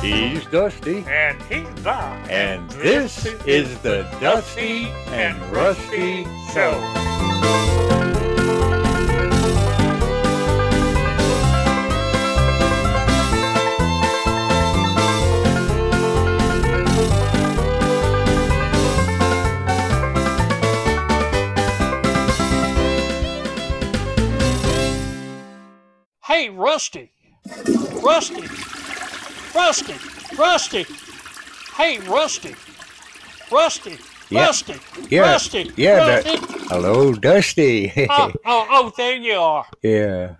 He's Dusty, And he's Bob. and this is the Dusty and Rusty Show. Hey, Rusty. Rusty. Rusty. Rusty. Hey, Rusty. Rusty. Yeah. Rusty. Yeah, Rusty. yeah, Rusty. Hello, Dusty. Oh, oh, oh, there you are. yeah.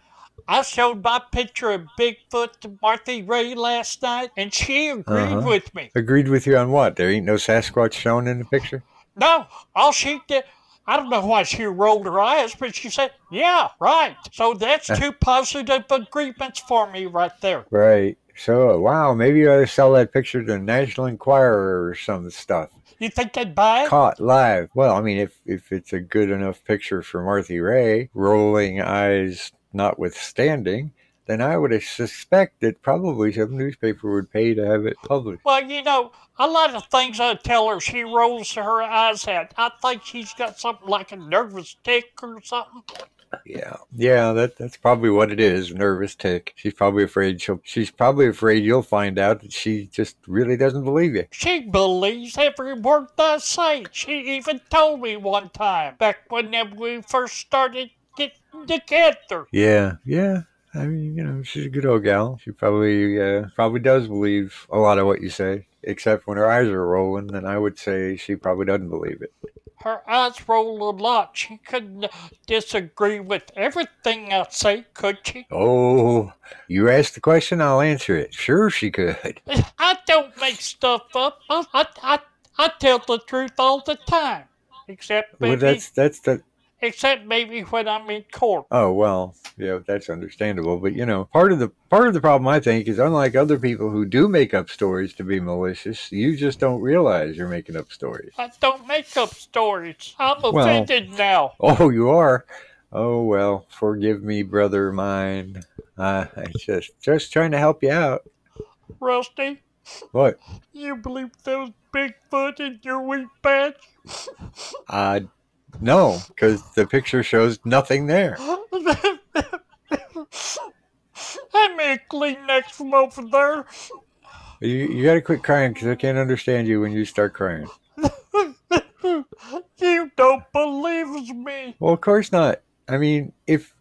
I showed my picture of Bigfoot to Martha Ray last night, and she agreed Uh-huh. with me. Agreed with you on what? There ain't no Sasquatch shown in the picture? No, all she did, I don't know why she rolled her eyes, but she said, yeah, right. So that's Uh. two positive agreements for me right there. Right. So, wow, maybe you ought to sell that picture to the National Enquirer or some stuff. You think they'd buy it? Caught live. Well, I mean, if, if it's a good enough picture for Marthy Ray, rolling eyes notwithstanding, then I would suspect that probably some newspaper would pay to have it published. Well, you know, a lot of things I tell her, she rolls her eyes at. I think she's got something like a nervous tick or something. Yeah, yeah, that that's probably what it is. Nervous tick. She's probably afraid she'll. She's probably afraid you'll find out that she just really doesn't believe you. She believes every word I say. She even told me one time, back when we first started getting together. Yeah, yeah. I mean, you know, she's a good old gal. She probably uh, probably does believe a lot of what you say, except when her eyes are rolling. Then I would say she probably doesn't believe it. Her eyes roll a lot. She couldn't disagree with everything I say, could she? Oh, you asked the question, I'll answer it. Sure, she could. I don't make stuff up. I, I, I, I tell the truth all the time. Except Well, maybe, that's that's the except maybe when I'm in court. Oh well, yeah, that's understandable. But you know, part of the part of the problem I think is unlike other people who do make up stories to be malicious, you just don't realize you're making up stories. I don't make up stories. I'm Well- offended now. Oh, you are. Oh well, forgive me, brother mine. Uh, I just just trying to help you out. Rusty, What? you believe those Bigfoot in your wheat patch? Uh, no, because the picture shows nothing there. Hand me a Kleenex from over there. You you got to quit crying because I can't understand you when you start crying. you don't believe me. Well, of course not. I mean, if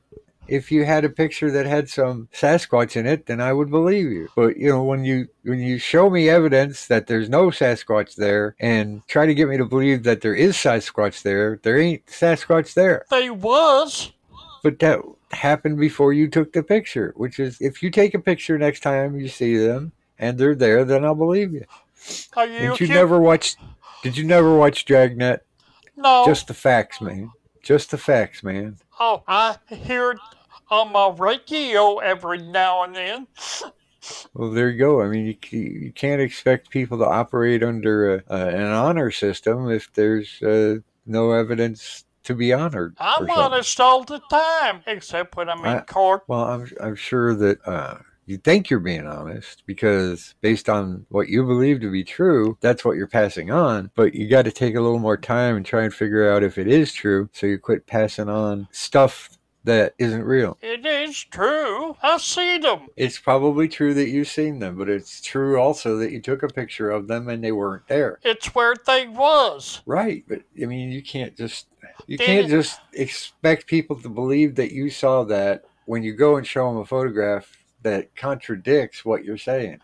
if you had a picture that had some Sasquatch in it, then I would believe you. But you know, when you when you show me evidence that there's no Sasquatch there, and try to get me to believe that there is Sasquatch there, there ain't Sasquatch there. They was. But that happened before you took the picture, which is if you take a picture next time you see them and they're there, then I'll believe you. Are you, Did you kidding? never watch? Did you never watch Dragnet? No. Just the facts, man. Just the facts, man. Oh, I hear it on my radio every now and then. Well, there you go. I mean, you, c- you can't expect people to operate under a, a, an honor system if there's uh, no evidence to be honored. I'm or something. honest all the time, except when I'm in I- court. Well, I'm, I'm sure that uh, you think you're being honest because based on what you believe to be true, that's what you're passing on. But you got to take a little more time and try and figure out if it is true so you quit passing on stuff that isn't real. It is true. I see them. It's probably true that you've seen them, but it's true also that you took a picture of them and they weren't there. It's where they was. Right, but I mean, you can't just you Did can't it- just expect people to believe that you saw that when you go and show them a photograph that contradicts what you're saying.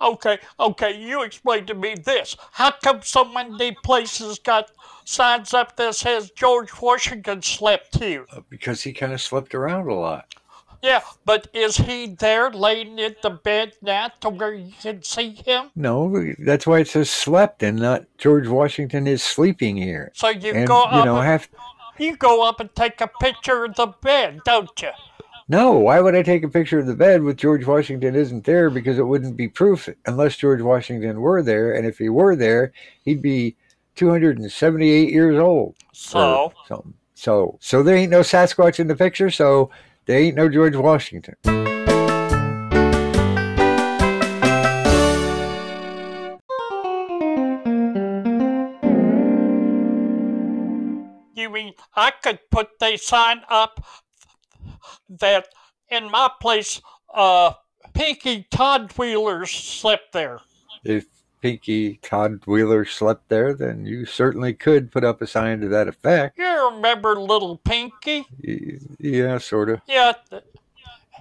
Okay, okay, you explain to me this. How come so many places got signs up that says George Washington slept here? Uh, Because he kind of slept around a lot. Yeah, but is he there laying in the bed now to where you can see him? No, that's why it says slept and not George Washington is sleeping here. So you And go you up know, and- have You go up and take a picture of the bed, don't you? no. Why would I take a picture of the bed with George Washington isn't there? Because it wouldn't be proof unless George Washington were there, and if he were there, he'd be 278 years old. So, or something. So so there ain't no Sasquatch in the picture, so there ain't no George Washington. mean, I could put the sign up that in my place, uh, Pinky Todd Wheeler slept there. If Pinky Todd Wheeler slept there, then you certainly could put up a sign to that effect. You remember little Pinky? Y- Yeah, sort of. Yeah, th-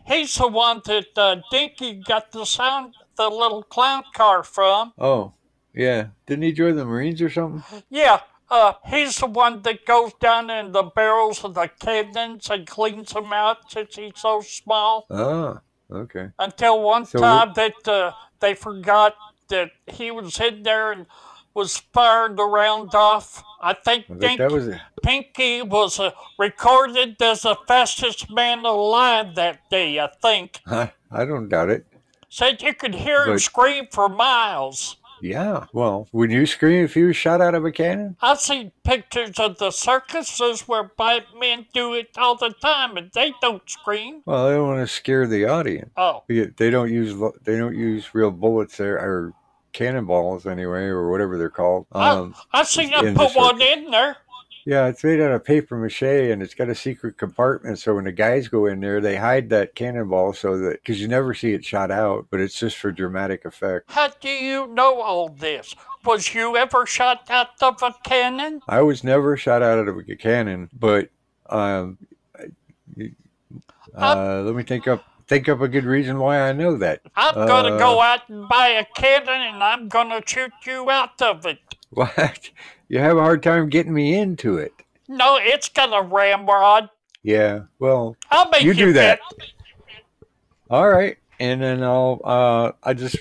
he's the one that uh, Dinky got the sound, the little clown car from. Oh, yeah. Didn't he join the Marines or something? Yeah, uh, he's the one that goes down in the barrels of the cannons and cleans them out since he's so small. Ah, okay. Until one So- time that uh, they forgot that he was in there and was firing the round off. I think I think Dink, that was it. Pinky was uh, recorded as the fastest man alive that day, I think. I, I don't doubt it. Said you could hear him But- scream for miles. Yeah. Well, would you scream if you were shot out of a cannon? I've seen pictures of the circuses where black men do it all the time and they don't scream. Well, they don't want to scare the audience. Oh, Yeah, They don't use lo- they don't use real bullets there or cannonballs anyway or whatever they're called. Um, I, I seen in them the put one in there. Yeah, it's made out of paper mache and it's got a secret compartment. So when the guys go in there, they hide that cannonball so that because you never see it shot out, but it's just for dramatic effect. How do you know all this? Was you ever shot out of a cannon? I was never shot out of a cannon, but um, uh, let me think up think up a good reason why I know that. I'm gonna Uh. go out and buy a cannon and I'm gonna shoot you out of it. What you have a hard time getting me into it? No, it's gonna ramrod. Yeah, well, I'll make you, You do that. fit. All right. And then I'll, uh, I just,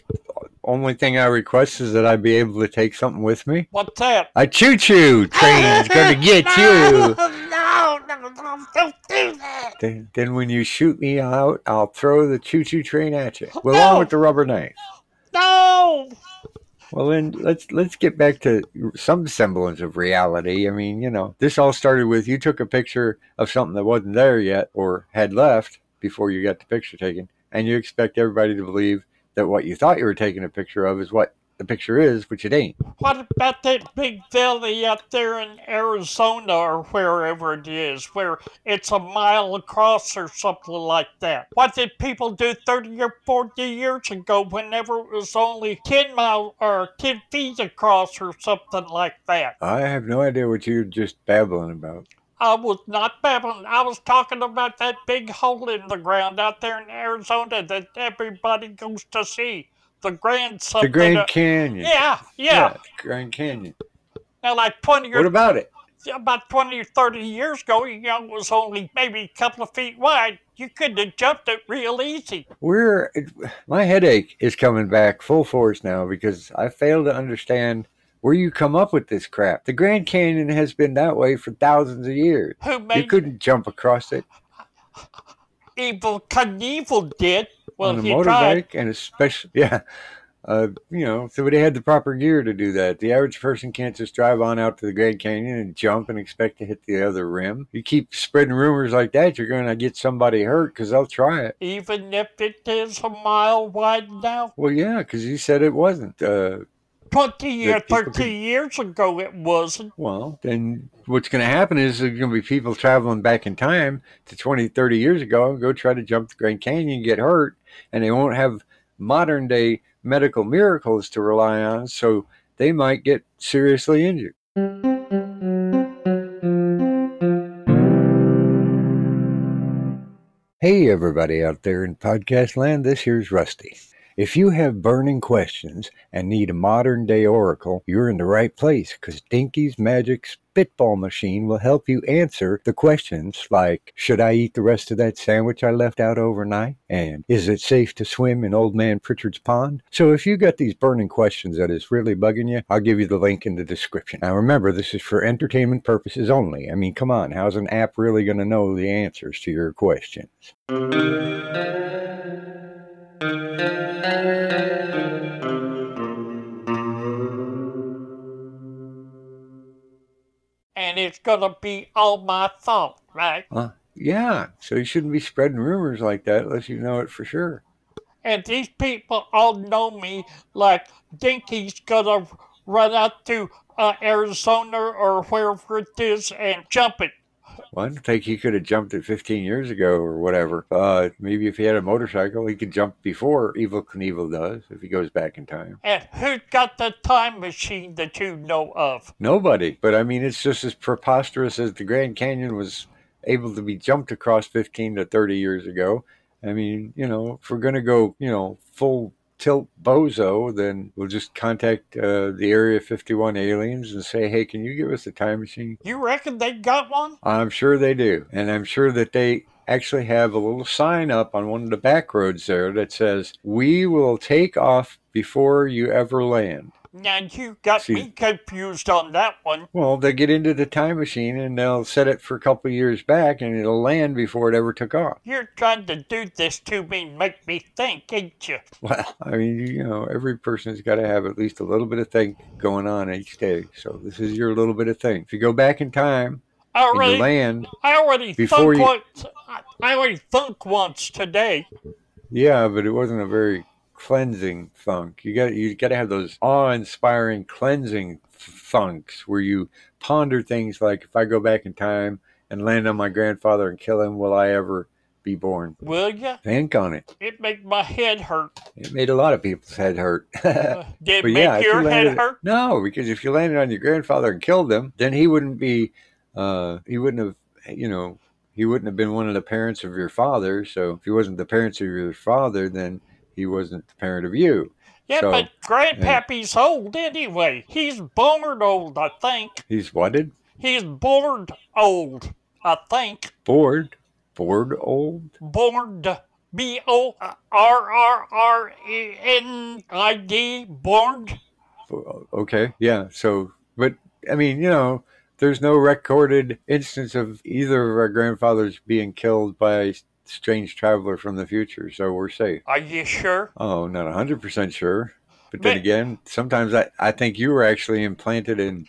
only thing I request is that I be able to take something with me. What's that? A choo choo train's gonna get you. No, no, no, don't do that. Then, then when you shoot me out, I'll throw the choo choo train at you, along No. with the rubber knife. No. Well, then let's let's get back to some semblance of reality. I mean, you know, this all started with you took a picture of something that wasn't there yet or had left before you got the picture taken, and you expect everybody to believe that what you thought you were taking a picture of is what the picture is, which it ain't. What about that big valley out there in Arizona or wherever it is, where it's a mile across or something like that? What did people do 30 or 40 years ago whenever it was only 10 mile or 10 feet across or something like that? I have no idea what you're just babbling about. I was not babbling. I was talking about that big hole in the ground out there in Arizona that everybody goes to see. The grand The something. Grand Canyon. Oh, yeah, yeah, Grand Canyon. Now, like 20 or What about it? about 20 or 30 years ago, you know, it was only maybe a couple of feet wide. You couldn't have jumped it real easy. We're it, my headache is coming back full force now because I fail to understand where you come up with this crap. The Grand Canyon has been that way for thousands of years. Who You made couldn't jump across it evil Knievel did? Well, on a he tried. motorbike, and especially yeah, uh, you know, somebody had the proper gear to do that. The average person can't just drive on out to the Grand Canyon and jump and expect to hit the other rim. You keep spreading rumors like that, you're going to get somebody hurt because they'll try it. Even if it is a mile wide now, Well, yeah, because you said it wasn't. Uh, 20 Yeah, or people 30 years ago, it wasn't. Well, then what's going to happen is there's going to be people traveling back in time to 20, 30 years ago and go try to jump the Grand Canyon, get hurt, and they won't have modern day medical miracles to rely on. So they might get seriously injured. Hey, everybody out there in podcast land, this here's Rusty. If you have burning questions and need a modern day oracle, you're in the right place because Dinky's Magic Spitball Machine will help you answer the questions like Should I eat the rest of that sandwich I left out overnight? And Is it safe to swim in Old Man Pritchard's Pond? So if you got these burning questions that is really bugging you, I'll give you the link in the description. Now remember, this is for entertainment purposes only. I mean, come on, how's an app really going to know the answers to your questions? And it's going to be all my fault, right? Yeah, so you shouldn't be spreading rumors like that unless you know it for sure. And these people all know me like Dinky's gonna run out to uh, Arizona or wherever it is and jump it. Well, I don't think he could have jumped it 15 years ago or whatever. Uh, maybe if he had a motorcycle, he could jump before Evil Knievel does, if he goes back in time. And who got the time machine that you know of? Nobody. But I mean, it's just as preposterous as the Grand Canyon was able to be jumped across 15 to 30 years ago. I mean, you know, if we're going to go, you know, full tilt bozo, then we'll just contact uh, the Area 51 aliens and say, hey, can you give us a time machine? You reckon they got one? I'm sure they do. And I'm sure that they actually have a little sign up on one of the back roads there that says, we will take off before you ever land. Now you got See- me confused on that one. Well, they get into the time machine and they'll set it for a couple of years back and it'll land before it ever took off. You're trying to do this to me and make me think, ain't you? Well, I mean, you know, every person's got to have at least a little bit of think going on each day. So this is your little bit of thing. If you go back in time I and you already, land, I already Before thunk you- once. I, I already thunk once today. yeah, but it wasn't a very cleansing funk. You got you got to have those awe-inspiring cleansing f- funks where you ponder things like, if I go back in time and land on my grandfather and kill him, will I ever be born? Will ya? Think on it. It made my head hurt. It made a lot of people's head hurt. Uh, did it But make yeah, if your you head landed, hurt? no, because if you landed on your grandfather and killed him, then he wouldn't be, uh, he wouldn't have, you know, he wouldn't have been one of the parents of your father. So if he wasn't the parents of your father, then he wasn't the parent of you. Yeah, So, but Grandpappy's old anyway. He's born old, I think. He's wanted, He's bored old, I think. bored, bored old. Bored. B O R R R E N I D. Bored. Okay, yeah. So, but I mean, you know, there's no recorded instance of either of our grandfathers being killed by a strange traveler from the future. So we're safe. Are you sure? Oh, not hundred percent sure. But then But- again, sometimes I, I think you were actually implanted in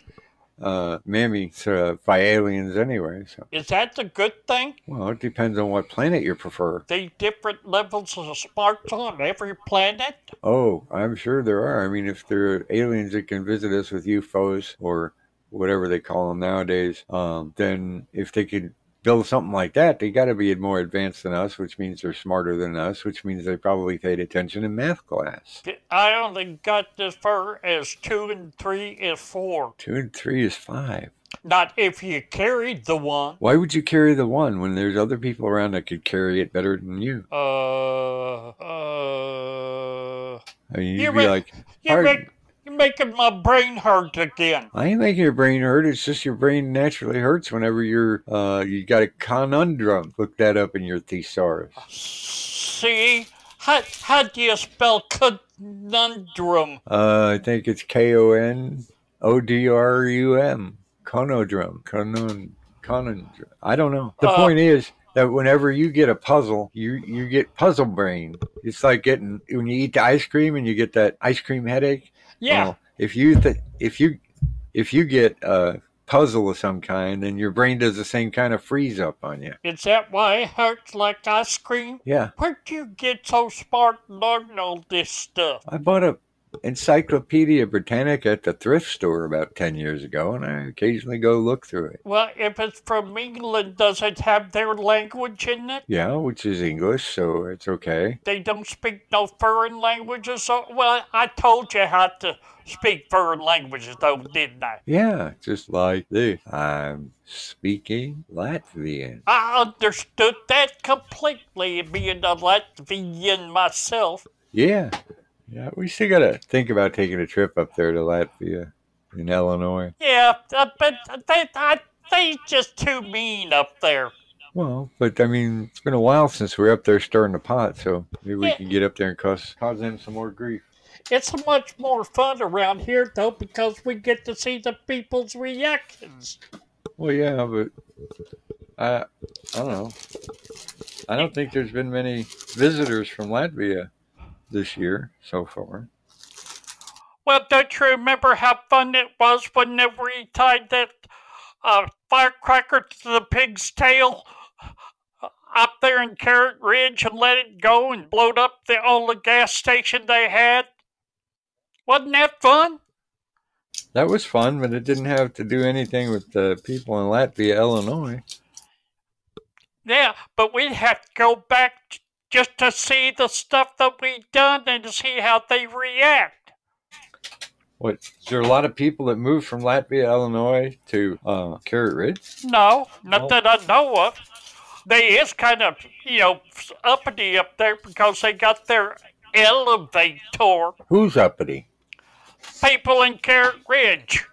uh, Mammy uh, by aliens anyway. So Is that the good thing? well, it depends on what planet you prefer. The different levels of smarts on every planet? Oh, I'm sure there are. I mean, if there are aliens that can visit us with UFOs or whatever they call them nowadays, um, then if they could build something like that, they got to be more advanced than us, which means they're smarter than us, which means they probably paid attention in math class. I only got as far as two and three is four. Two and three is five. Not if you carried the one. Why would you carry the one when there's other people around that could carry it better than you? Uh, uh, I mean, you'd You're be right. like, you Pardon? make, you're making my brain hurt again. I ain't making your brain hurt. It's just your brain naturally hurts whenever you're uh you got a conundrum. Look that up in your thesaurus. See? How, how do you spell conundrum? Uh, I think it's K O N O D R U M. Conodrum. Conon. Conundrum. I don't know. The Uh, point is that whenever you get a puzzle, you you get puzzle brain. It's like getting when you eat the ice cream and you get that ice cream headache. Yeah, Well, if you th- if you if you get a puzzle of some kind, then your brain does the same kind of freeze up on you. is that why it hurts like ice cream? Yeah, Where'd you get so smart and learn all this stuff? I bought a Encyclopedia Britannica at the thrift store about ten years ago, and I occasionally go look through it. Well, if it's from England, does it have their language in it? Yeah, which is English, so it's okay. They don't speak no foreign languages. So, well, I told you how to speak foreign languages, though, didn't I? Yeah, just like this. I'm speaking Latvian. I understood that completely, being a Latvian myself. Yeah, yeah. We still gotta think about taking a trip up there to Latvia, in Illinois. Yeah, uh, but they, I, they just too mean up there. Well, but I mean, it's been a while since we were up there stirring the pot, so maybe we Yeah. can get up there and cause cause them some more grief. It's much more fun around here, though, because we get to see the people's reactions. Well, yeah, but I I don't know. I don't think there's been many visitors from Latvia this year so far. Well, don't you remember how fun it was whenever we tied that uh, firecracker to the pig's tail uh, up there in Carrot Ridge and let it go and blowed up the only gas station they had? Wasn't that fun? That was fun, but it didn't have to do anything with the people in Latvia, Illinois. Yeah, but we'd have to go back j- just to see the stuff that we done and to see how they react. What? Is there a lot of people that moved from Latvia, Illinois to uh, Carrot Ridge? No, not Well- that I know of. They is kind of, you know, uppity up there because they got their elevator Who's uppity? people in Carrot Ridge.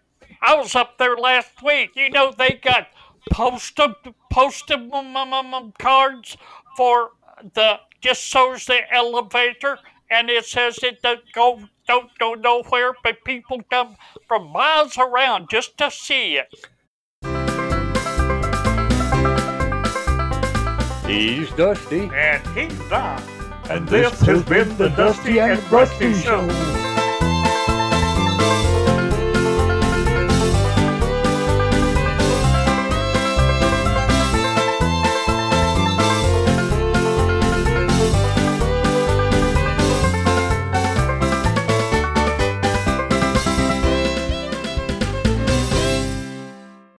I was up there last week. You know they got postal postal m- m- m- m- cards for the just shows the elevator, and it says it don't go don't go nowhere, but people come from miles around just to see it. He's Dusty. And he's not. And this has been the Dusty and Rusty Show.